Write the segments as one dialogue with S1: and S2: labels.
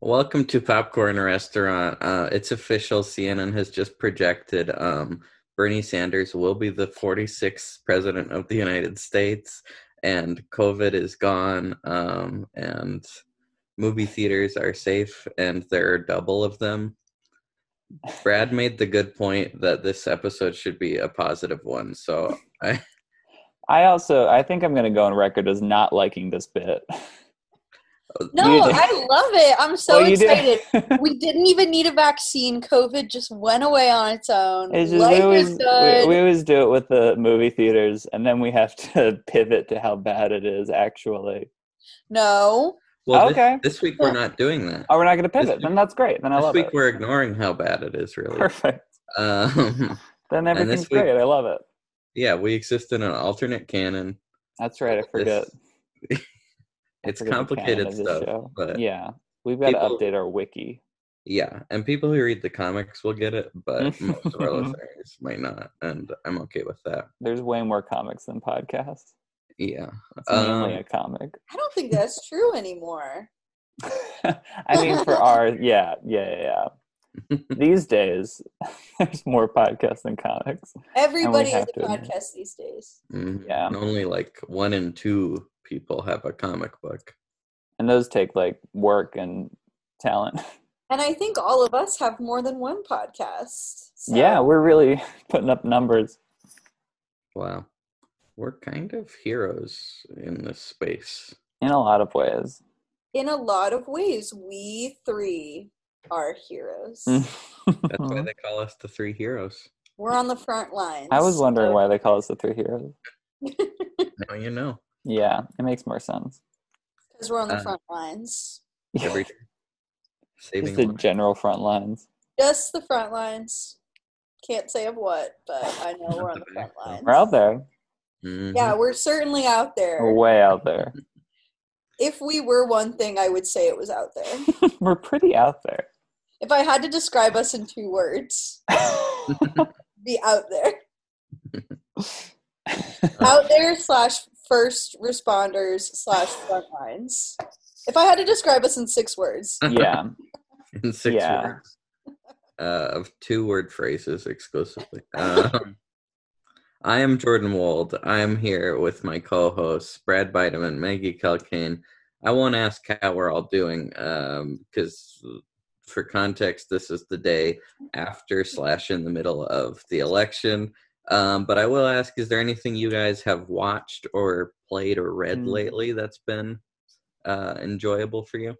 S1: Welcome to Popcorn Restaurant. Uh, it's official. CNN has just projected um, Bernie Sanders will be the 46th president of the United States, and COVID is gone, um, and movie theaters are safe, and there are double of them. Brad made the good point that this episode should be a positive one, so I.
S2: I also I think I'm going to go on record as not liking this bit.
S3: No,
S2: You did-
S3: I love it. I'm so
S2: Well, you did-
S3: excited. we didn't even need a vaccine. COVID just went away on its own.
S2: It's just,
S3: Life
S2: we, always,
S3: is
S2: we,
S3: good.
S2: we always do it with the movie theaters, and then we have to pivot to how bad it is actually.
S3: no.
S1: Well, this-
S2: Okay.
S1: this, week we're not doing that.
S2: Oh, we're not going to pivot.
S1: This-
S2: Then that's great. Then I
S1: This
S2: love
S1: week
S2: it.
S1: we're ignoring how bad it is, really.
S2: Perfect.
S1: Um,
S2: Then
S1: this
S2: everything's
S1: week-
S2: great. I love it.
S1: yeah, we exist in an alternate canon.
S2: That's right. I forget. I
S1: It's
S2: forget the canon
S1: complicated
S2: of this
S1: stuff,
S2: show.
S1: but-
S2: yeah, we've got
S1: People-
S2: to update our wiki.
S1: Yeah, and people who read the comics will get it, but most of our
S2: Mm-hmm.
S1: listeners might not, and I'm okay with that.
S2: There's way more comics than podcasts.
S1: Yeah,
S2: It's mainly
S1: Um,
S2: a comic.
S3: I don't think that's true anymore.
S2: I mean, for our yeah, yeah, yeah. yeah. These days, there's more podcasts than comics.
S3: Everybody
S2: have
S3: has a
S2: to admit.
S3: podcast these days.
S1: Mhm.
S2: Yeah.
S1: And only like one in two people have a comic book.
S2: and those take like work and talent.
S3: And I think all of us have more than one podcast. So
S2: Yeah, we're really putting up numbers.
S1: Wow, we're kind of heroes in this space.
S2: In a lot of ways.
S3: In a lot of ways, we three are heroes.
S2: Mm.
S1: That's why
S2: Uh-huh.
S1: they call us the three heroes.
S3: We're on the front lines.
S2: I was wondering
S3: So-
S2: why they call us the three heroes.
S1: Now you know.
S2: Yeah, it makes more sense.
S3: Because we're on the
S1: Uh,
S3: front lines.
S1: Every day.
S2: Just
S1: Saving
S2: the
S1: lives.
S2: general front lines.
S3: Just the front lines. Can't say of what, but I know we're on the front lines.
S2: We're out there.
S1: Mhm.
S3: Yeah, we're certainly out
S2: We're
S3: there.
S2: way out there.
S3: If we were one thing, I would say it was out there.
S2: we're pretty out there.
S3: If I had to describe us in two words, be out there. out there slash first responders slash front lines. If I had to describe us in six words,
S2: yeah.
S1: in six
S2: Yeah.
S1: words uh, of two word phrases exclusively. Um, I am Jordan Wald. I am here with my co hosts, Brad Bidem and Maggie Calcane. I won't ask how we're all doing because, for context, this is the day after slash in the middle of the election. Um, but I will ask: Is there anything you guys have watched or played or read
S2: Mm.
S1: lately that's been uh, enjoyable for you?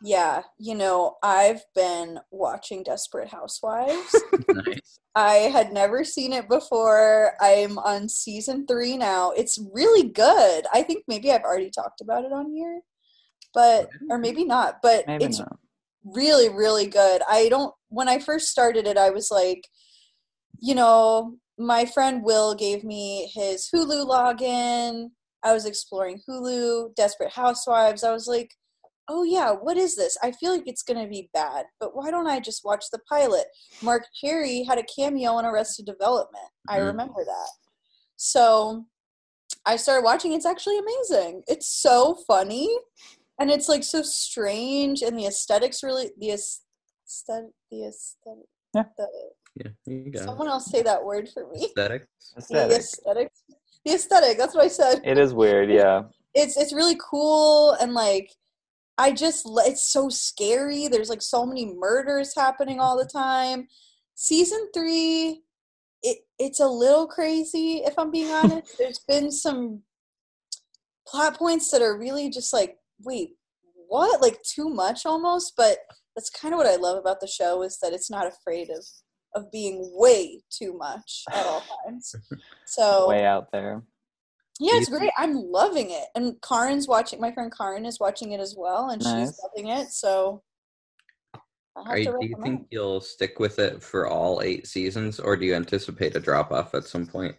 S3: yeah, you know, I've been watching Desperate Housewives.
S1: nice.
S3: I had never seen it before. I'm on season three now. It's really good. I think maybe I've already talked about it on here, but or maybe not. But
S2: Maybe
S3: it's
S2: not.
S3: really really good i don't when i first started it i was like you know my friend will gave me his hulu login i was exploring hulu desperate housewives i was like oh yeah what is this i feel like it's going to be bad but why don't i just watch the pilot mark cherry had a cameo in arrested development i
S1: Mhm.
S3: remember that so i started watching it's actually amazing it's so funny and it's like so strange and the aesthetics really the aesthetic the aesthetic
S2: Yeah.
S3: the,
S1: Yeah, you got it.
S3: someone else say that word for me
S1: aesthetics.
S3: the
S2: Aesthetic.
S3: aesthetic the aesthetic that's what i said
S2: It is weird, yeah.
S3: it's it's really cool and like i just li- it's so scary there's like so many murders happening all the time season three it it's a little crazy if i'm being honest there's been some plot points that are really just like wait what like too much almost but that's kind of what i love about the show is that it's not afraid of of being way too much at all times so
S2: Way out there.
S3: yeah,
S1: Do
S3: it's
S1: you
S3: great. I'm loving it. And Karin's watching my friend Karin is watching it as well and
S2: Nice.
S3: she's loving it, so I have
S1: Are
S3: to
S1: you, do you
S3: recommend.
S1: think you'll stick with it for all eight seasons, or do you anticipate a drop off at some point?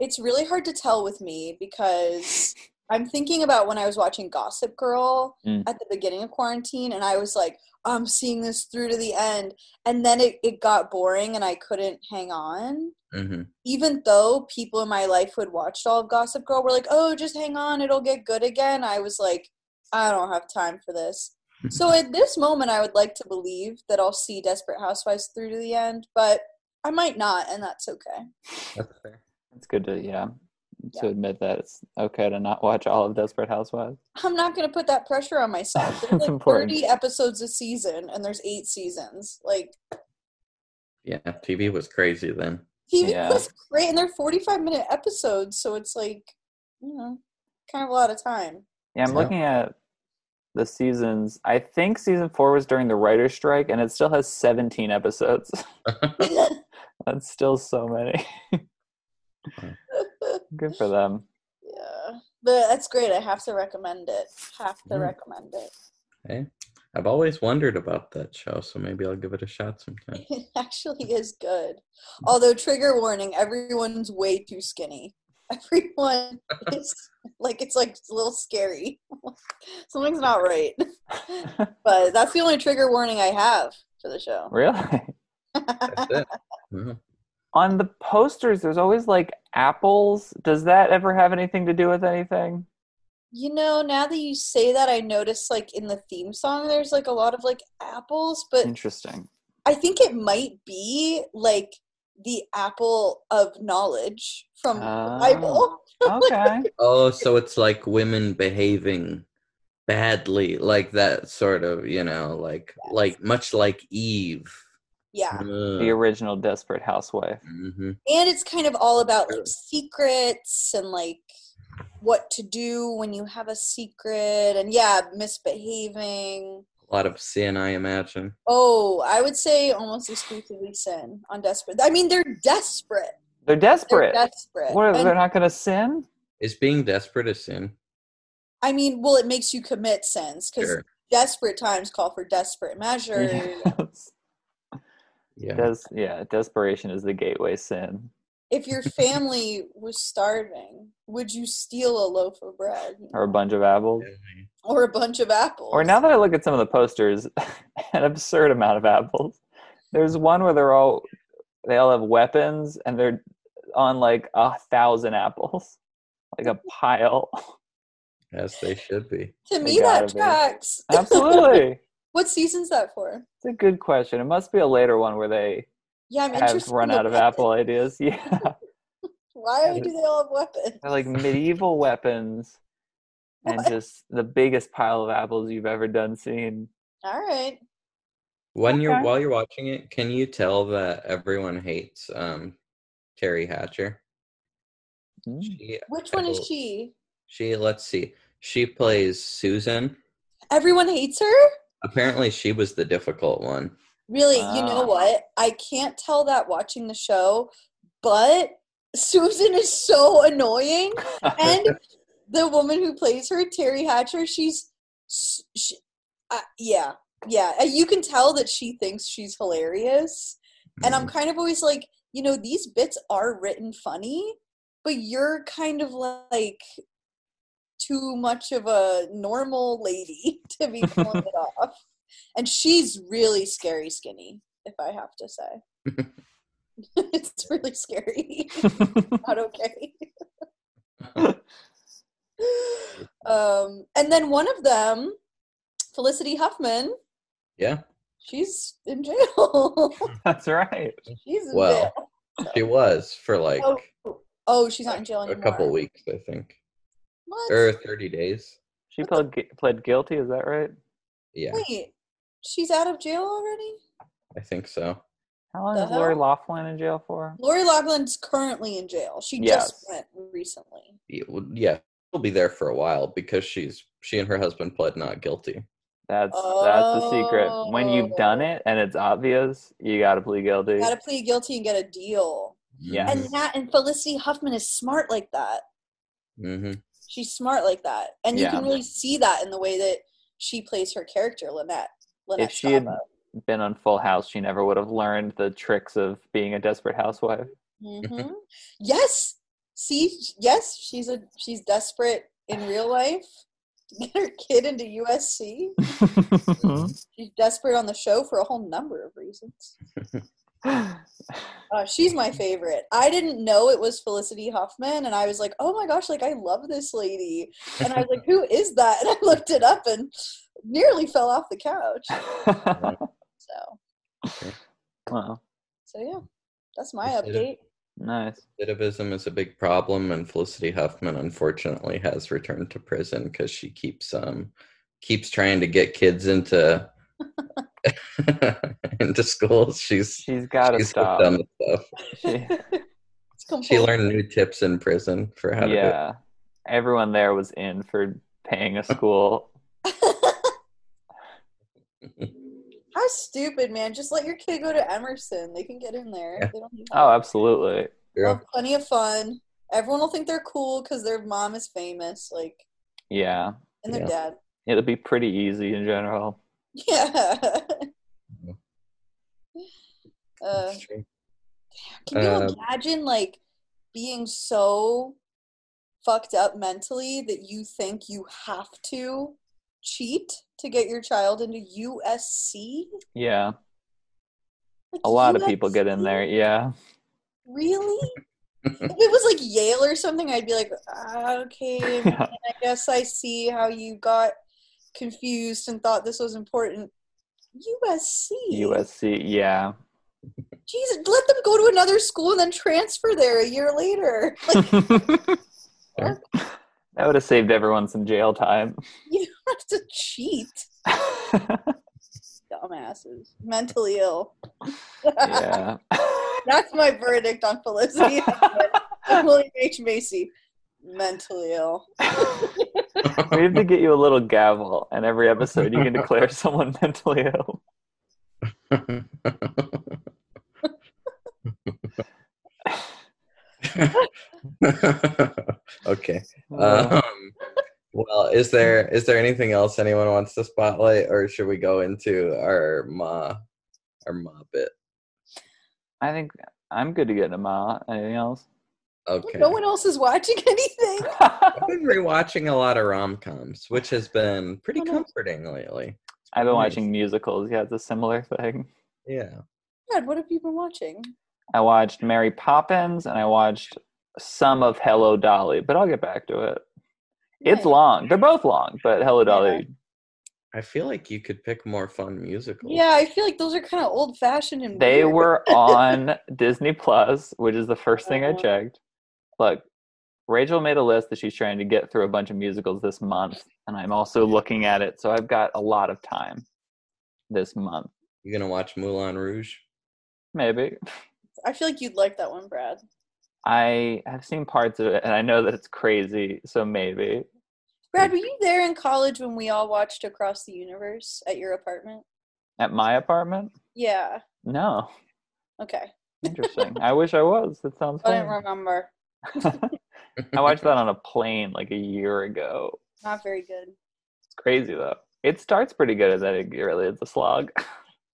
S3: It's really hard to tell with me because I'm thinking about when I was watching Gossip Girl
S2: Mm.
S3: at the beginning of quarantine and I was like, I'm seeing this through to the end and then it, it got boring and I couldn't hang on.
S1: hmm
S3: even though people in my life who had watched all of Gossip Girl were like, "Oh, just hang on, it'll get good again," I was like, "I don't have time for this." So at this moment, I would like to believe that I'll see Desperate Housewives through to the end, but I might not, and that's okay.
S1: That's fair.
S2: It's good to yeah, to admit that it's okay to not watch all of Desperate Housewives.
S3: I'm not going to put that pressure on myself. There's
S2: That's
S3: like
S2: important.
S3: 30 episodes a season, and there's eight seasons. Like,
S1: Yeah, TV was crazy then.
S3: TV
S2: Yeah.
S3: was great, and they're 45 minute episodes, so it's like, you know, kind of a lot of time.
S2: Yeah, I'm
S1: Yeah.
S2: looking at the seasons. I think season four was during the writer's strike, and it still has 17 episodes. That's still so many.
S3: yeah,
S2: Good for them.
S3: but that's great. I have to recommend it. Have to
S1: Mm.
S3: recommend
S1: Hey, I've always wondered about that show, so maybe I'll give it a shot sometime.
S3: it. It actually is good. Although, trigger warning everyone's way too skinny. Everyone is like, it's like a little scary. Something's not right. But that's the only trigger warning I have for the show.
S2: really?
S1: That's it. Wow.
S2: On the posters, there's always like apples. Does that ever have anything to do with anything?
S3: You know, now that you say that, I noticed like in the theme song, there's like a lot of like apples, but
S2: Interesting.
S3: I think it might be like the apple of knowledge from the Bible.
S2: Ah, Okay.
S1: Oh, so it's like women behaving badly, like that sort of, you know, like like much like Eve. Mm-hmm.
S3: Yeah.
S1: Uh.
S2: the original Desperate Housewife.
S1: hmm
S3: And it's kind of all about like secrets and like what to do when you have a secret and yeah, misbehaving.
S1: A lot of sin, I imagine.
S3: Oh, I would say almost exclusively sin on desperate. I mean, they're desperate.
S2: They're
S3: They're
S2: desperate.
S3: desperate.
S2: What?
S3: And-
S2: They're not going to sin.
S1: Is being desperate a sin?
S3: I mean, well, it makes you commit sins because
S1: Sure.
S3: desperate times call for desperate measures.
S2: Yes.
S1: Yeah.
S2: Des- yeah, desperation is the gateway sin.
S3: If your family was starving, would you steal a loaf of bread
S2: or a bunch of apples.
S3: or a bunch of apples?
S2: Or now that I look at some of the posters, an absurd amount of apples. There's one where they're all they all have weapons and they're on like a thousand apples, like a pile.
S1: As they should be.
S3: to me,
S2: They
S3: that
S2: gotta be.
S3: tracks.
S2: Absolutely,
S3: What season's that for?
S2: it's a good question. It must be a later one where they
S3: Yeah, I'm
S2: have
S3: interested.
S2: run
S3: in
S2: out of
S3: weapons.
S2: apple ideas. Yeah,
S3: Why do they all have weapons?
S2: they're like medieval weapons and
S3: What?
S2: just the biggest pile of apples you've ever done seen.
S3: All right.
S1: When you're
S2: Okay.
S1: while you're watching it, can you tell that everyone hates um Terry Hatcher?
S2: Mm.
S1: She
S3: Which one
S1: Oh.
S3: is she?
S1: she let's see. She plays Susan.
S3: Everyone hates her?
S1: Apparently she was the difficult one.
S3: Really, you know
S2: Ah.
S3: what? I can't tell that watching the show, but Susan is so annoying. And the woman who plays her, Terry Hatcher, she's. s- She, uh, yeah, yeah. Uh, You can tell that she thinks she's hilarious. And
S1: Mm,
S3: I'm kind of always like, you know, these bits are written funny, but you're kind of like too much of a normal lady to be pulling it off. And she's really scary skinny, if I have to say. it's really scary. Not okay. um, and then one of them, Felicity Huffman,
S1: Yeah,
S3: she's in jail.
S2: That's right.
S3: she's in
S1: Well,
S3: jail.
S1: she was for like
S3: Oh, Oh, she's not in jail
S1: a
S3: anymore.
S1: couple weeks, I think.
S3: What?
S1: Or 30 days.
S2: She pled gu- pled guilty. Is that right?
S1: Yeah,
S3: Wait, she's out of jail already?
S1: I think so.
S2: How long
S3: The
S2: is Lori
S3: hell?
S2: Laughlin in jail for?
S3: Lori Loughlin's currently in jail. She
S2: Yes.
S3: just went recently.
S1: Yeah, well, Yeah, she'll be there for a while because she's she and her husband pled not guilty.
S2: That's that's the secret. When you've done it and it's obvious, you gotta plead guilty.
S3: Gotta plead guilty and get a deal.
S2: Yeah.
S3: And that and Felicity Huffman is smart like that.
S1: hmm
S3: She's smart like that. And you
S2: Yeah.
S3: can really see that in the way that she plays her character, Lynette. Lynette
S2: If she had
S3: Schiavo.
S2: been on Full House, she never would have learned the tricks of being a desperate housewife. Mm-hmm.
S3: Mhm. yes. See, yes, she's a she's desperate in real life to get her kid into USC. She's desperate on the show for a whole number of reasons. Uh, she's my favorite. I didn't know it was Felicity Huffman, and I was like, "Oh my gosh! Like I love this lady." And I was like, "Who is that?" And I looked it up, and nearly fell off the couch. So,
S2: wow,
S3: so yeah, that's my
S1: Is it a-
S3: update.
S2: nice.
S1: Recidivism is a big problem, and Felicity Huffman unfortunately has returned to prison because she keeps um keeps trying to get kids into into school. She's
S2: She's got to
S1: she's
S2: stop.
S1: done with stuff.
S2: She-
S3: It's compulsory.
S1: She learned new tips in prison for how to do it.
S2: yeah, everyone there was in for paying a school.
S3: How stupid, man! Just let your kid go to Emerson. They can get in there.
S1: Yeah. Uh,
S3: They don't need
S2: Oh, absolutely.
S3: They'll
S1: Girl,
S3: have plenty of fun. Everyone will think they're cool because their mom is famous, like,
S2: Yeah,
S3: and their
S1: Yeah.
S3: dad.
S2: it'll be pretty easy in general.
S3: Yeah. uh,
S1: that's true.
S3: can you
S1: Uh,
S3: imagine like being so fucked up mentally that you think you have to cheat to get your child into USC?
S2: Yeah,
S3: Like,
S2: a lot of people get in
S3: USC?
S2: there. Yeah,
S3: Really? if it was like Yale or something, I'd be like, "Ah, okay,
S2: yeah,
S3: I guess I see how you got confused and thought this was important. USC.
S2: USC. Yeah,
S3: Jesus, let them go to another school and then transfer there a year later. Like,
S2: that would have saved everyone some jail time.
S3: you don't have to cheat, dumbasses. Mentally ill.
S2: yeah.
S3: That's my verdict on Felicity. and William H. Macy. Mentally ill.
S2: We have to get you a little gavel, and every episode you can declare someone mentally ill.
S1: okay.
S3: Oh.
S1: Um, well, is there is there anything else anyone wants to spotlight, or should we go into our ma our ma bit?
S2: I think I'm good to get them out. Anything else?
S1: Okay.
S3: No one else is watching anything.
S1: I've been rewatching a lot of rom coms, which has been pretty
S3: Oh, nice.
S1: comforting lately.
S2: I've been
S1: Nice.
S2: watching musicals. Yeah, it's a similar thing.
S1: Yeah.
S3: God, what have you been watching?
S2: I watched Mary Poppins, and I watched some of Hello Dolly, but I'll get back to it. It's
S3: Nice.
S2: long. They're both long, but Hello Dolly.
S1: I feel like you could pick more fun musicals.
S3: Yeah, I feel like those are kind of old fashioned and
S2: They
S3: weird.
S2: were on Disney Plus, which is the first thing I
S3: Uh-huh.
S2: checked. Look, Rachel made a list that she's trying to get through a bunch of musicals this month, and I'm also looking at it, so I've got a lot of time this month.
S1: You gonna watch Moulin Rouge?
S2: Maybe.
S3: I feel like you'd like that one, Brad.
S2: I have seen parts of it and I know that it's crazy, so maybe.
S3: Brad, were you there in college when we all watched Across the Universe at your apartment?
S2: At my apartment?
S3: Yeah.
S2: No.
S3: Okay.
S2: Interesting. I wish I was. That sounds
S3: I don't
S2: fun.
S3: remember.
S2: I watched that on a plane like a year ago.
S3: Not very good.
S2: It's crazy though. It starts pretty good and then it really is a slog.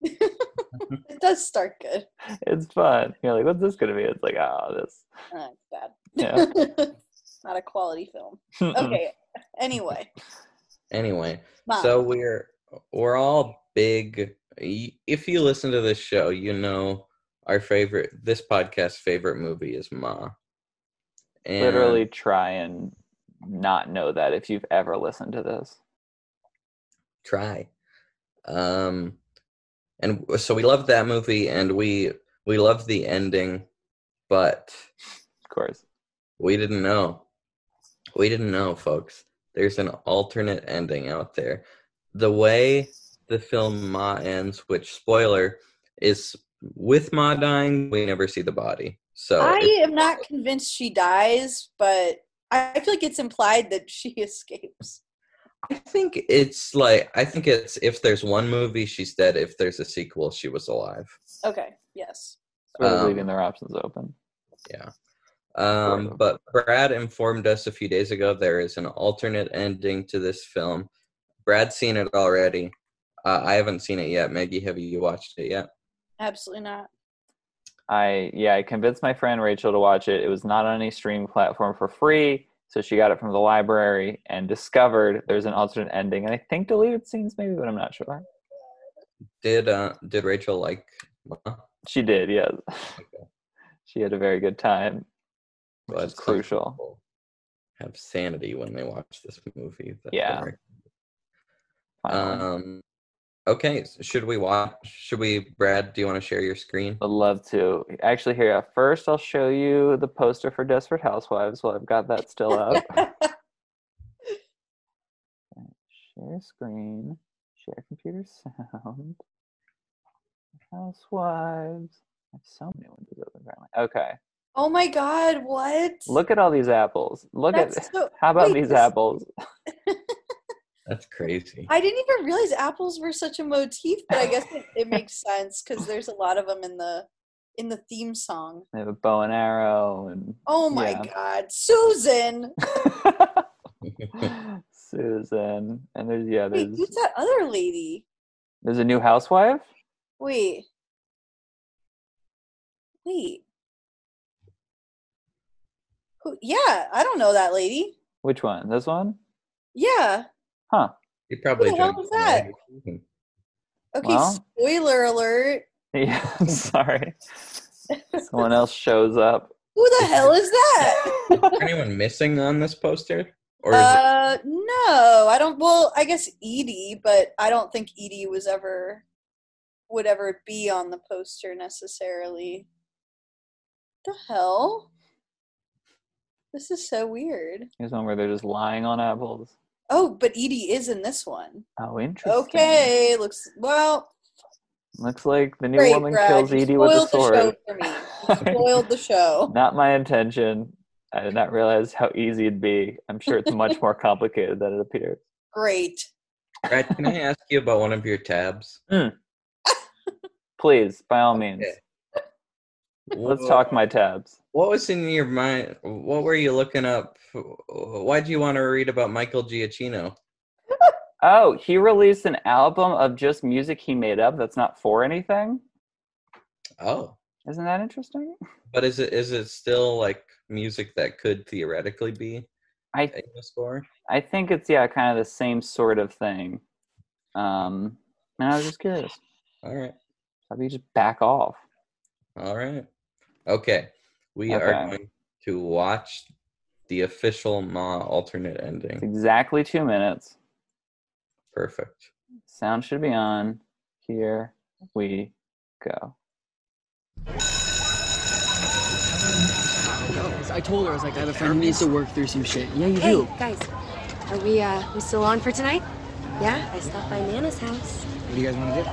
S3: It does start good.
S2: It's fun. You're like, what's this gonna be? It's like, oh, this.
S3: Uh, it's bad.
S2: Yeah.
S3: Not a quality film. Okay. anyway,
S1: anyway,
S3: Mom.
S1: so we're we're all big. y- If you listen to this show, you know our favorite this podcast's favorite movie is Ma. And
S2: Literally try and not know that if you've ever listened to this.
S1: try. Um, and w- so we loved that movie, and we we loved the ending, but
S2: Of course.
S1: we didn't know. We didn't know, folks. There's an alternate ending out there. The way the film Ma ends, which spoiler is with Ma dying, we never see the body. So
S3: I
S1: it's-
S3: am not convinced she dies, but I I feel like it's implied that she escapes.
S1: I think it's like I think it's if there's one movie she's dead, if there's a sequel she was alive.
S3: Okay. Yes.
S2: Sort of
S1: Um,
S2: leaving their options open.
S1: Um,
S2: Sort of.
S1: but Brad informed us a few days ago there is an alternate ending to this film. Brad's seen it already. Uh, I haven't seen it yet. Maggie, have you watched it yet?
S3: Absolutely not.
S2: I yeah, I convinced my friend Rachel to watch it. It was not on any streaming platform for free, so she got it from the library and discovered there's an alternate ending and I think deleted scenes maybe, but I'm not sure.
S1: Did uh, did Rachel like? Ma?
S2: She did, yes. she had a very good time.
S1: Well,
S2: That's
S1: some
S2: crucial.
S1: people Have sanity when they watch this movie. That's
S2: Yeah.
S1: very-
S2: Finally.
S1: Um, okay, so should we watch? Should we, Brad? Do you want to share your screen?
S2: I'd love to. Actually, here, first I'll show you the poster for Desperate Housewives while I've got that still up. share screen, share computer sound. Housewives. I have so many windows open apparently. Okay.
S3: oh my god, what?
S2: Look at all these apples. Look
S3: That's
S2: at
S3: so-
S2: how about
S3: wait,
S2: these
S3: this-
S2: apples?
S1: That's crazy.
S3: I didn't even realize apples were such a motif, but I guess it, it makes sense because there's a lot of them in the in the theme song.
S2: They have a bow and arrow and
S3: Oh my
S2: Yeah.
S3: god, Susan!
S2: Susan. And there's yeah,
S3: Wait,
S2: there's
S3: who's that other lady?
S2: there's a new housewife.
S3: Wait, wait. Who? Yeah, I don't know that lady.
S2: Which one? This one?
S3: Yeah.
S2: Huh.
S1: You probably
S3: Who the hell
S1: jumped
S3: was
S1: on the wrong
S3: Okay.
S2: Well.
S3: Spoiler alert.
S2: Yeah, I'm sorry. Someone else shows up.
S3: Who the hell is that?
S1: conclusion. Is anyone missing on this poster? Or is
S3: Uh, no, I don't. Well, I guess Edie, but I don't think Edie was ever would ever be on the poster necessarily. The hell! This is so weird.
S2: Here's one where they're just lying on apples.
S3: Oh, but Edie is in this one.
S2: Oh, interesting.
S3: Okay, looks well.
S2: Looks like the new
S3: Great,
S2: woman
S3: Brad.
S2: kills
S3: you
S2: Edie with a
S3: spoiled the show
S2: sword.
S3: for me. You Spoiled the show.
S2: Not my intention. I did not realize how easy it'd be. I'm sure it's much more complicated than it appears.
S3: Great.
S1: it, Brad, can I ask you about one of your tabs?
S2: Please, by all means,
S1: Okay.
S2: let's
S1: Wha-
S2: talk my tabs.
S1: What was in your mind? What were you looking up? Why'd you want to read about Michael Giacchino?
S2: Oh, he released an album of just music he made up that's not for anything.
S1: Oh,
S2: Isn't that interesting?
S1: but is it is it still like music that could theoretically be
S2: I
S1: in the score?
S2: I think it's yeah, kind of the same sort of thing. Um, and I was just curious.
S1: All right,
S2: How do you just back off?
S1: all right, okay. We
S2: Okay.
S1: are going to watch the official Ma alternate
S2: It's
S1: ending.
S2: exactly two minutes.
S1: Perfect.
S2: Sound should be on. Here we go.
S4: knows? I told her, I was like, I have a friend who needs to work through some shit. Yeah, you
S5: Hey,
S4: do.
S5: guys, are we uh we still on for tonight? Yeah, I stopped by Nana's house.
S4: What do you guys want to do?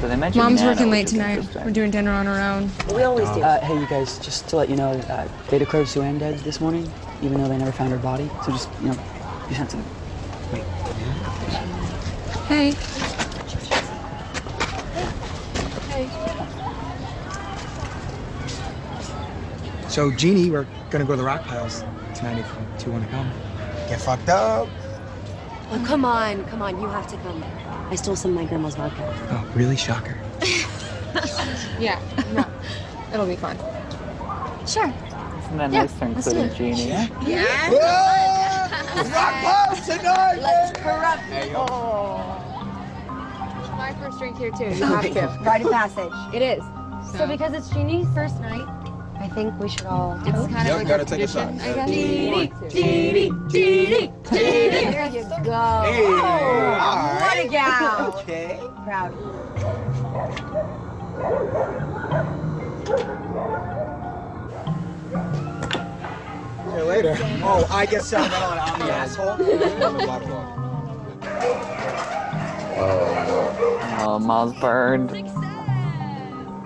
S2: So they mentioned
S6: Mom's
S2: Nana,
S6: working
S2: which
S6: late
S2: is
S6: tonight.
S2: interesting.
S6: We're doing dinner on our own.
S5: We always do.
S4: Uh, hey, you guys, just to let you know, uh, they declared Sue Ann dead this morning, even though they never found her body. So just, you know, be sensitive.
S6: Hey.
S7: So, Jeannie, we're gonna go to the rock piles tonight if you want to come. Get fucked up.
S5: oh, come on, come on, you have to come. I stole some of my grandma's vodka.
S7: Oh, really? Shocker.
S6: Yeah. No. It'll be fun. Sure.
S2: Isn't that
S6: Yeah,
S2: nice? They're
S6: let's do
S2: including Jeannie.
S7: rock piles tonight.
S5: Let's corrupt
S8: My first drink here too. You have to.
S5: Rite of passage. It is.
S8: So because it's Jeannie's first night,
S5: I think we should all.
S8: it's kind of like a tradition, I guess. Jeannie,
S5: There you go. Oh, what a gal. Okay. Proud. of you.
S7: See you later. Oh, I get salmonella. I'm the asshole.
S2: Oh, Mom's burned. She's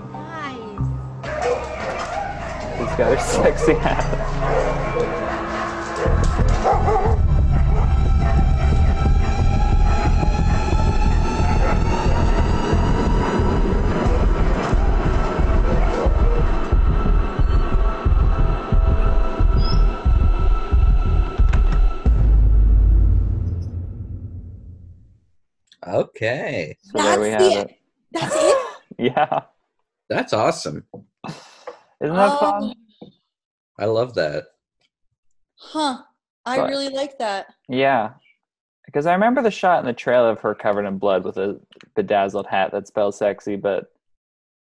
S5: Nice.
S2: got her sexy hat.
S1: Okay,
S2: So there we
S3: That's the-
S2: have it.
S3: That's it.
S2: Yeah.
S1: that's awesome.
S2: Isn't that
S6: Oh,
S3: Um,
S2: fun?
S1: I love that.
S3: Huh. I
S2: But-
S3: really like that.
S2: Yeah. Because I remember the shot in the trailer of her covered in blood with a bedazzled hat that spells sexy, but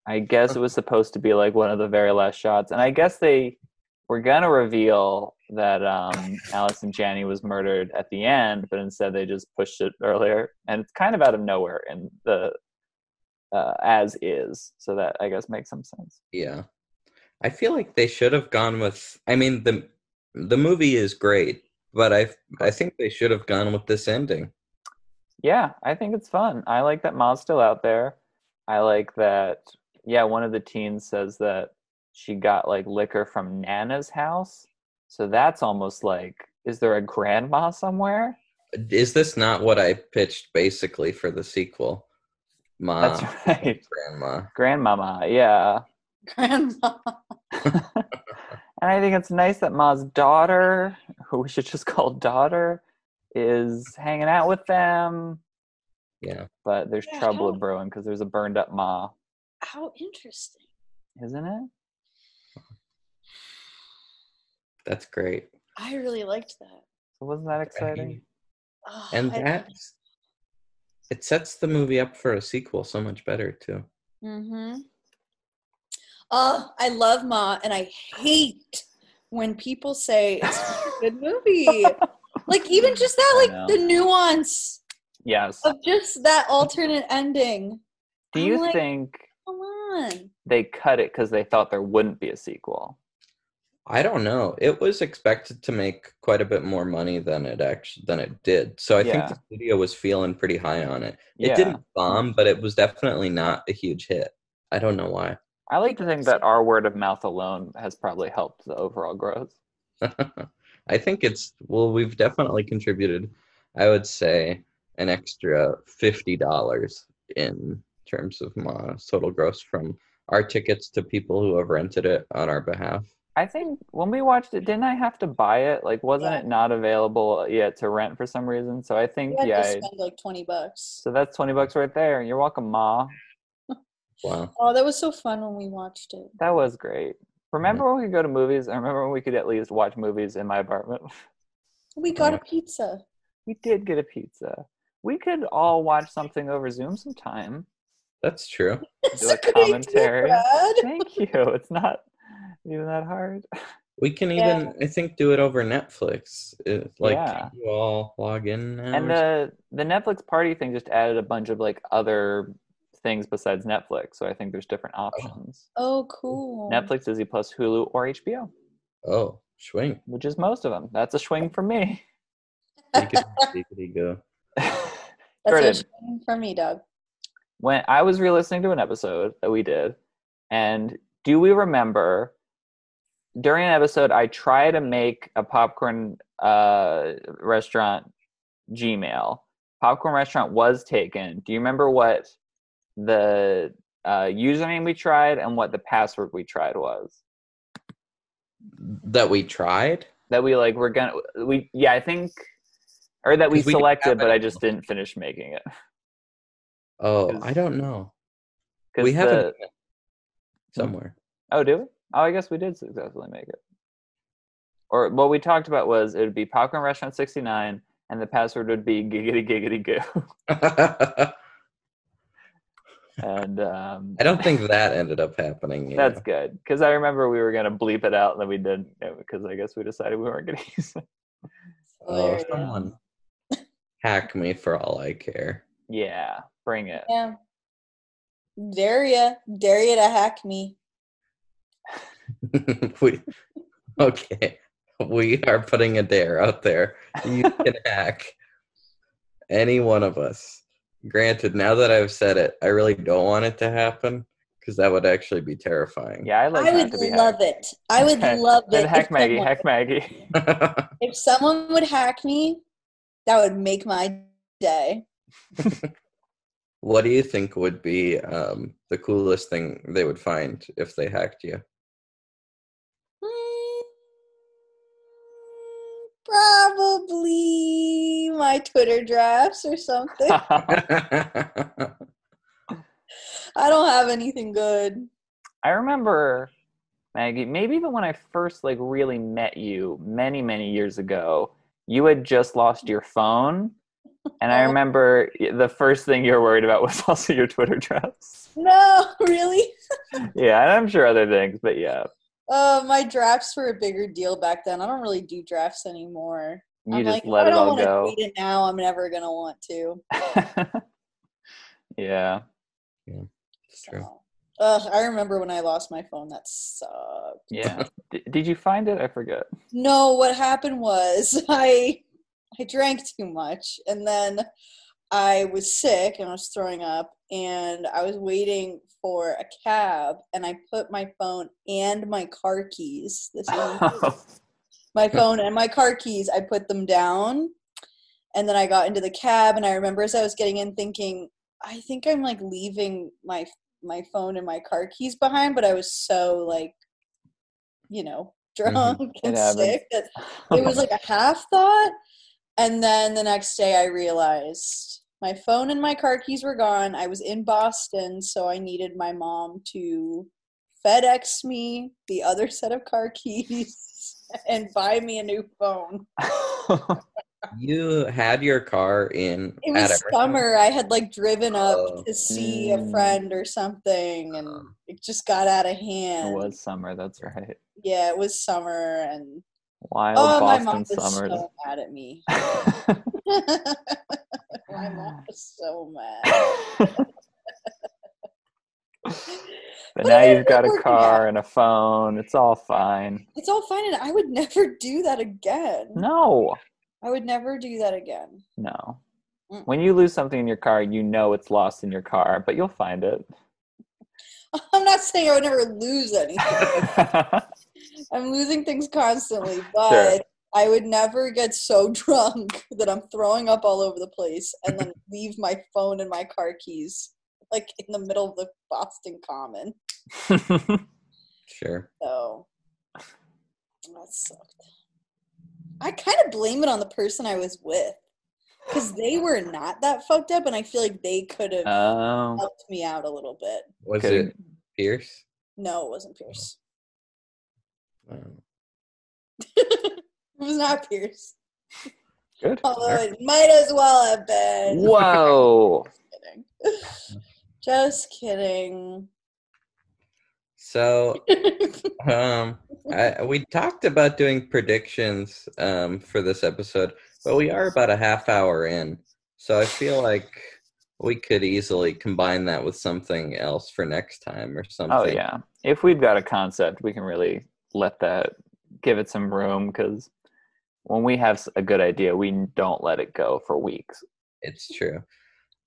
S2: I guess it was supposed to be like one of the very last shots. And I guess they we're gonna reveal that um, Alice and Janney was murdered at the end, but instead they just pushed it earlier, and it's kind of out of nowhere in the uh, as is. So that I guess makes some sense.
S1: Yeah. I feel like they should have gone with I mean the the movie is great, but I I think they should have gone with this ending.
S2: Yeah, I think it's fun. I like that Ma's still out there. I like that. Yeah, one of the teens says that she got like liquor from Nana's house. So that's almost like, is there a grandma somewhere?
S1: Is this not what I pitched basically for the sequel? Ma,
S9: Uh.
S2: That's right.
S1: grandma.
S2: Grandmama, yeah.
S3: Grandma.
S2: And I think it's nice that Ma's daughter, who we should just call daughter, is hanging out with them.
S1: Yeah.
S2: But there's
S9: Yeah,
S2: trouble
S9: how-
S2: brewing because there's a burned up Ma,
S9: How interesting.
S2: isn't it?
S1: That's great.
S9: I really liked that.
S2: So wasn't that exciting?
S3: Ah,
S9: Oh,
S1: And
S9: I-
S1: that's it sets the movie up for a sequel so much better too.
S3: Mm-hmm. Uh, I love Ma, and I hate when people say it's not a good movie. like even just that,
S2: I
S3: like the nuance
S2: Yes.
S3: of just that alternate ending.
S2: Do
S3: I'm
S2: you
S3: like,
S2: think
S3: Come on.
S2: they cut it because they thought there wouldn't be a sequel?
S1: I don't know. It was expected to make quite a bit more money than it actually than it did. So I
S2: Yeah.
S1: think the studio was feeling pretty high on it. It
S2: Yeah.
S1: didn't bomb, but it was definitely not a huge hit. I don't know why.
S2: I like to think that our word of mouth alone has probably helped the overall growth.
S1: I think it's well, we've definitely contributed, I would say, an extra fifty dollars in terms of my total gross from our tickets to people who have rented it on our behalf.
S2: I think when we watched it, didn't I have to buy it? Like, wasn't
S3: Yeah.
S2: it not available yet to rent for some reason? So I think,
S3: You had
S2: yeah.
S3: to
S2: I-
S3: spend like twenty bucks.
S2: so that's 20 bucks right there. You're welcome, Ma.
S1: Wow.
S3: Oh, that was so fun when we watched it.
S2: That was great. Remember when we could go to movies? I remember when we could at least watch movies in my apartment.
S3: We got
S1: Yeah.
S3: a pizza.
S2: We did get a pizza. We could all watch something over Zoom sometime.
S1: That's true.
S3: It's
S2: Do a
S3: good idea,
S2: commentary.
S3: Brad.
S2: Thank you. It's not even that hard.
S1: We can
S3: Yeah.
S1: even I think do it over Netflix. It, like
S2: Yeah.
S1: you all log in now.
S2: And
S1: or something?
S2: the the Netflix party thing just added a bunch of like other things besides Netflix. So I think there's different options.
S3: Oh, cool.
S2: Netflix, Disney Plus, Hulu, or HBO,
S1: oh, swing.
S2: which is most of them. That's a swing for me.
S1: go.
S3: That's
S2: Jordan.
S3: a shame for me, Doug.
S2: when I was re-listening to an episode that we did, and do we remember during an episode I try to make a popcorn uh, restaurant Gmail. Popcorn restaurant was taken. Do you remember what the uh, username we tried and what the password we tried was?
S1: That we tried.
S2: That we like we're gonna we yeah I think or that we
S1: 'Cause we didn't have
S2: selected, but
S1: it.
S2: I just didn't finish making it.
S1: Oh,
S2: 'Cause-
S1: I don't know.
S2: 'Cause
S1: We
S2: the-
S1: haven't Hmm. somewhere.
S2: Oh, do we? Oh, I guess we did successfully make it. Or what we talked about was it would be popcorn restaurant sixty nine, and the password would be giggity giggity goo.
S1: I
S2: and um,
S1: don't think that ended up happening. you
S2: that's
S1: know.
S2: good because I remember we were gonna bleep it out, and then we didn't because I guess we decided we weren't gonna use it.
S1: Oh,
S3: Hilarious.
S1: someone hack me for all I care.
S2: Yeah, bring it.
S3: Yeah. Dare ya. Dare ya to hack me.
S1: we, okay, we are putting a dare out there. You can hack any one of us. Granted, now that I've said it, I really don't want it to happen because that would actually be terrifying.
S2: Yeah, I like
S3: I
S2: that
S3: would
S2: to be
S3: love
S2: hacked.
S3: it. I would love it.
S2: Then
S3: if
S2: hack Maggie,
S3: someone-
S2: hack Maggie.
S3: If someone would hack me, that would make my day.
S1: what do you think would be um, the coolest thing they would find if they hacked you?
S3: Mm, Probably my Twitter drafts or something. I don't have anything good.
S2: I remember Maggie, maybe even when I first like really met you many, many years ago, you had just lost your phone. And I
S3: Oh.
S2: remember the first thing you were worried about was also your Twitter drafts.
S3: No, really?
S2: Yeah, and I'm sure other things, but yeah.
S3: Uh, my drafts were a bigger deal back then. I don't really do drafts anymore.
S2: You
S3: I'm
S2: just
S3: like,
S2: let
S3: I
S2: it
S3: don't
S2: all
S3: want
S2: go.
S3: to tweet it now. I'm never gonna want to.
S2: yeah.
S1: It's true.
S3: Ugh, I remember when I lost my phone. That sucked.
S2: Yeah. D- did you find it? I forget.
S3: No, what happened was I I drank too much and then I was sick and I was throwing up and I was waiting for a cab and I put my phone and my car keys. This is my phone and my car keys. I put them down and then I got into the cab and I remember as I was getting in thinking I think I'm like leaving my my phone and my car keys behind but I was so like you know drunk
S2: Mm-hmm.
S3: and
S2: It happens.
S3: sick that
S2: Oh,
S3: it was like a half thought and then the next day I realized my phone and my car keys were gone. I was in Boston so I needed my mom to FedEx me the other set of car keys and buy me a new phone.
S1: You had your car in.
S3: It
S1: at
S3: was
S1: Emerson.
S3: summer. I had like driven up
S1: Oh.
S3: to see a
S2: Mm.
S3: friend or something, and
S1: Um,
S3: it just got out of
S2: It
S3: hand.
S2: was summer. That's right.
S3: Yeah, it was summer, and
S2: Wild
S3: oh, my mom
S2: Boston
S3: was
S2: summers.
S3: so mad at me. my mom was Oh, so mad.
S2: but
S3: But
S2: now
S3: it
S2: you've
S3: ended
S2: got
S3: up
S2: a
S3: working
S2: car and a phone. It's all fine.
S3: It's all fine, and I would never do that again.
S2: No,
S3: I would never do that again.
S2: no.
S3: Mm.
S2: When you lose something in your car, you know it's lost in your car, but you'll find it.
S3: I'm not saying I would never lose anything. I'm losing things constantly, but I would never get so drunk that I'm throwing up all over the place and then leave my phone and my car keys like in the middle of the Boston Common.
S1: Sure.
S3: So that sucked. I kind of blame it on the person I was with because they were not that fucked up, and I feel like they could have
S2: oh,
S3: helped me out a little bit.
S1: Was
S2: Could've-
S1: it Pierce?
S3: No, it wasn't Pierce.
S1: I don't know.
S3: It was not Pierce.
S2: good.
S3: Although it might as well have been.
S2: Whoa.
S3: kidding. Just kidding.
S1: So, um, I, we talked about doing predictions um, for this episode, but we are about a half hour in, so I feel like we could easily combine that with something else for next time or something.
S2: Oh yeah. If we've got a concept, we can really let that give it some room because when we have s- a good idea, we don't let it go for weeks.
S1: It's true.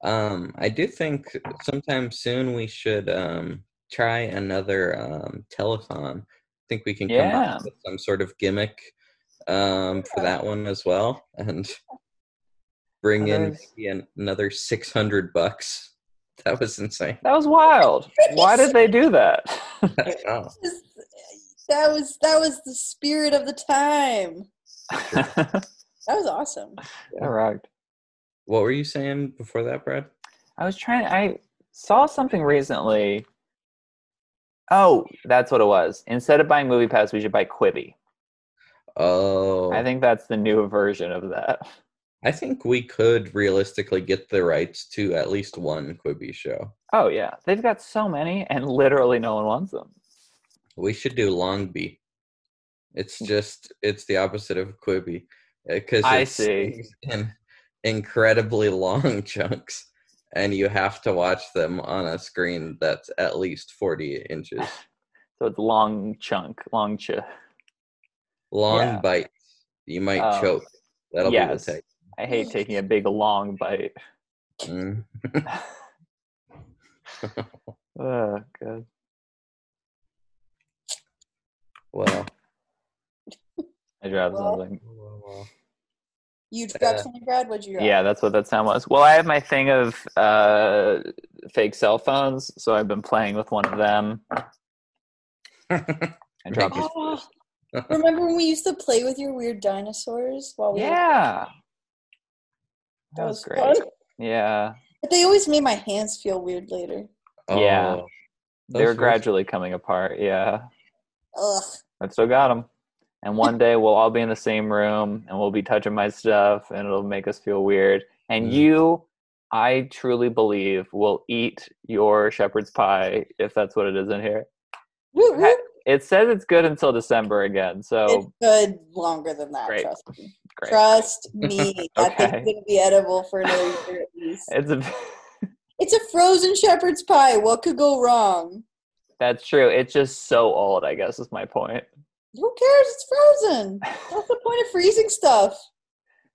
S1: Um, I do think sometime soon we should um, try another um, telethon. I think we can come
S2: Yeah.
S1: up with some sort of gimmick um, for that one as well, and bring in
S2: Others.
S1: maybe an- another six hundred bucks. That was insane.
S2: That was wild. Why did they do that?
S1: I don't know.
S3: Just- that was that was the spirit of the time.
S2: that
S3: That was awesome.
S2: rocked.
S1: What were you saying before that, Brad?
S2: I was trying. I saw something recently. Oh, that's what it was. Instead of buying Movie Pass, we should buy Quibi.
S1: Oh,
S2: I think that's the new version of that.
S1: I think we could realistically get the rights to at least one Quibi show.
S2: Oh yeah, they've got so many, and literally no one wants them.
S1: We should do Long Bee. It's just it's the opposite of Quibi eh, because
S2: Mm. I see.
S1: in incredibly long chunks, and you have to watch them on a screen that's at least forty inches
S2: So it's long chunk, long ch.
S1: long.
S2: Yeah.
S1: Bites you might
S2: Oh.
S1: choke. That'll
S2: Yes.
S1: be the take.
S2: I hate taking a big long bite.
S1: Mm.
S2: Oh god.
S1: Well,
S2: I dropped
S3: Well,
S2: something.
S3: You dropped
S1: Uh,
S3: something, Brad? What'd you drop?
S2: Yeah, that's what that sound was. Well, I have my thing of uh, fake cell phones, so I've been playing with one of them. I dropped.
S1: Make
S3: Oh, remember when we used to play with your weird dinosaurs while we
S2: Yeah. That was great.
S3: fun.
S2: Yeah,
S3: But they always made my hands feel weird later.
S2: Yeah.
S1: Oh,
S2: they're
S1: those were-
S2: gradually coming apart. Yeah.
S3: Ugh.
S2: I've still got them. And one day we'll all be in the same room and we'll be touching my stuff and it'll make us feel weird. And
S1: Mm.
S2: you, I truly believe, will eat your shepherd's pie if that's what it is in here.
S3: Woo, woo.
S2: It says it's good until December again.
S3: It's
S2: So
S3: good longer than that.
S2: Great.
S3: Trust me.
S2: great.
S3: Trust me. I think
S2: Okay.
S3: it's gonna be edible for another year at least.
S2: It's a,
S3: It's a frozen shepherd's pie. What could go wrong?
S2: that's true. It's just so old. I guess is my point.
S3: Who cares? It's frozen. What's the point of freezing stuff?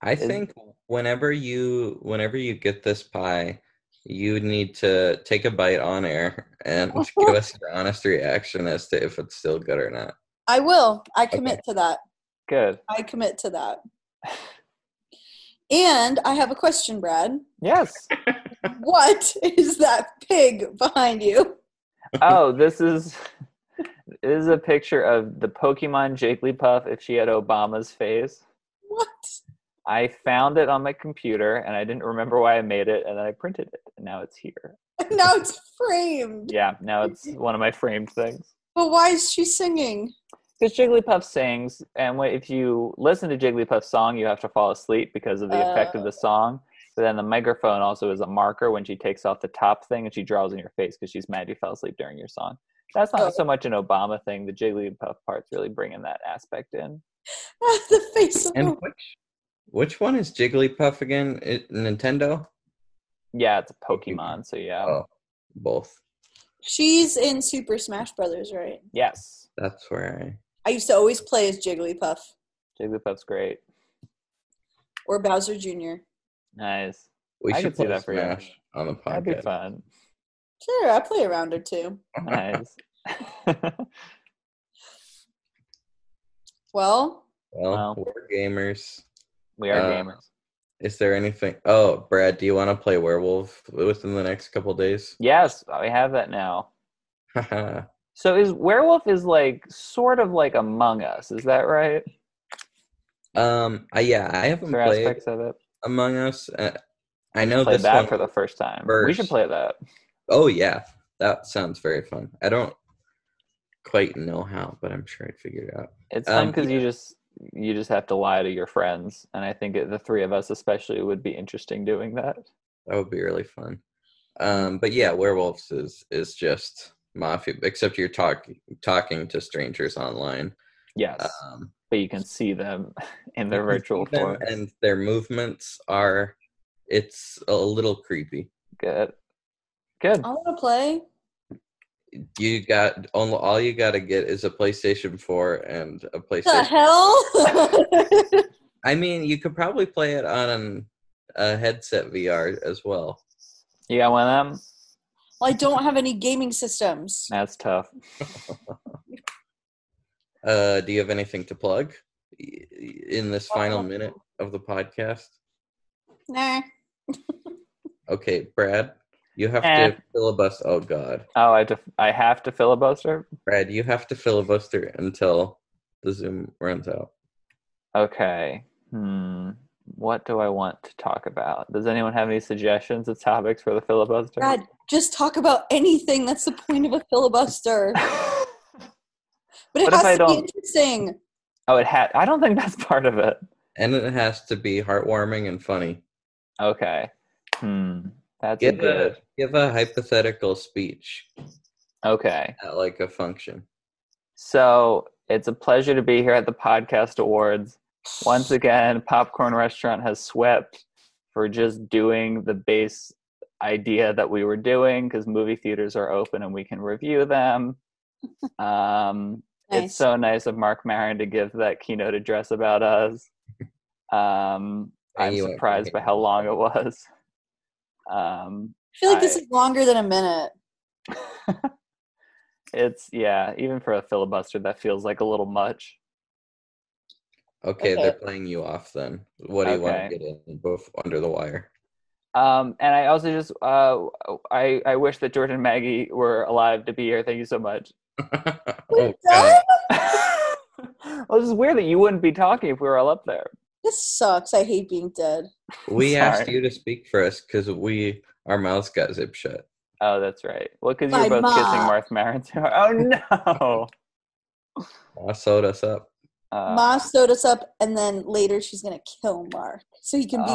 S1: I think whenever you whenever you get this pie, you need to take a bite on air and give us your honest reaction as to if it's still good or not.
S3: I will. I commit to that.
S2: Good.
S3: I commit to that. And I have a question, Brad.
S2: Yes.
S3: What is that pig behind you?
S2: Oh, this is this is a picture of the Pokemon Jigglypuff if she had Obama's face.
S3: What?
S2: I found it on my computer and I didn't remember why I made it and then I printed it and now it's here.
S3: Now it's framed.
S2: Yeah, now it's one of my framed things.
S3: But why is she singing?
S2: Because Jigglypuff sings, and when- if you listen to Jigglypuff's song, you have to fall asleep because of the effect of the song. But then the microphone also is a marker when she takes off the top thing and she draws in your face because she's mad you fell asleep during your song. That's not
S3: Oh.
S2: so much an Obama thing. The Jigglypuff part's really bringing that aspect in.
S3: the face of
S2: Oh.
S1: And
S3: the
S1: which which one is Jigglypuff again? It, Nintendo?
S2: Yeah, it's a Pokemon, so yeah.
S1: Oh, both.
S3: She's in Super Smash Brothers, right?
S2: Yes,
S1: That's where
S3: I used to always play as Jigglypuff
S2: Jigglypuff's great.
S3: or Bowser Jr.
S2: Nice.
S1: we
S2: I
S1: should
S2: could see
S1: play
S2: that for you.
S1: Smash on the
S2: That'd be
S1: podcast.
S2: fun.
S3: Sure, I play around her too.
S2: Nice.
S3: Well,
S1: Well,
S2: Wow.
S1: we're gamers.
S2: we are
S1: Uh,
S2: gamers.
S1: Is there anything? Oh, Brad, do you want to play werewolf within the next couple days?
S2: Yes, we have that now.
S1: Haha.
S2: So is werewolf is like sort of like Among Us, is that right?
S1: um, I, yeah, I haven't
S2: There are
S1: played
S2: aspects of it.
S1: Among Us. Uh, I know
S2: Play
S1: this
S2: that
S1: one.
S2: for the first time. We
S1: first.
S2: should play that.
S1: oh yeah, that sounds very fun. I don't quite know how, but I'm sure I'd figure it out.
S2: It's
S1: Um,
S2: fun because you just you just have to lie to your friends, and I think it, the three of us especially would be interesting doing that.
S1: That would be really fun. Um, but yeah, werewolves is is just mafia, except you're talking talking to strangers online.
S2: Yes,
S1: Um,
S2: but you can see them in their
S1: you can
S2: virtual
S1: see them,
S2: form.
S1: and their movements are it's a little creepy
S2: Good, good.
S3: I want to play.
S1: you got all, all you got to get is a playstation 4 and a
S3: The
S1: playstation
S3: hell?
S1: i mean you could probably play it on an, a headset vr as well
S2: You got one of them.
S3: well, I don't have any gaming systems.
S2: That's tough.
S1: uh do you have anything to plug i- in this
S2: Uh-huh.
S1: final minute of the podcast
S3: Nah.
S1: okay brad you have
S2: Eh.
S1: to filibuster oh god
S2: Oh, I have to, I have to filibuster.
S1: brad you have to filibuster until the zoom runs out
S2: Okay. Hmm. What do I want to talk about? Does anyone have any suggestions of topics for the filibuster?
S3: Brad, just talk about anything. That's the point of a filibuster. But it
S2: What if
S3: has
S2: I
S3: to be
S2: don't-
S3: interesting.
S2: oh, it had. I don't think that's part of it.
S1: and it has to be heartwarming and funny.
S2: Okay. Hmm. That's a
S1: Give
S2: good.
S1: a give a hypothetical speech
S2: Okay.
S1: at like a function.
S2: So it's a pleasure to be here at the podcast awards. Once again, Popcorn Restaurant has swept for just doing the base idea that we were doing because movie theaters are open and we can review them. Um, It's
S3: Nice.
S2: so nice of Mark Maron to give that keynote address about us. Um, I'm
S1: Anyway,
S2: surprised by how long it was. Um,
S3: I feel like this
S2: I-
S3: is longer than a minute.
S2: it's yeah, even for a filibuster, that feels like a little much.
S1: Okay,
S3: Okay.
S1: they're playing you off then. What do you want
S2: Okay.
S1: to get in both under the wire?
S2: Um, and I also just uh, I I wish that Jordan and Maggie were alive to be here. Thank you so much.
S1: oh,
S3: done?
S1: God.
S2: well, it's just weird that you wouldn't be talking if we were all up there.
S3: This sucks. I hate being dead.
S1: We asked
S2: Sorry.
S1: you to speak for us because we our mouths got zip shut.
S2: Oh, that's right. Well, because you
S3: My
S2: were both kissing
S3: mom.
S2: Martha Maron. too. Oh no.
S1: I sewed us up.
S2: Uh,
S3: Ma sewed us up, and then later she's gonna kill Mark so he can be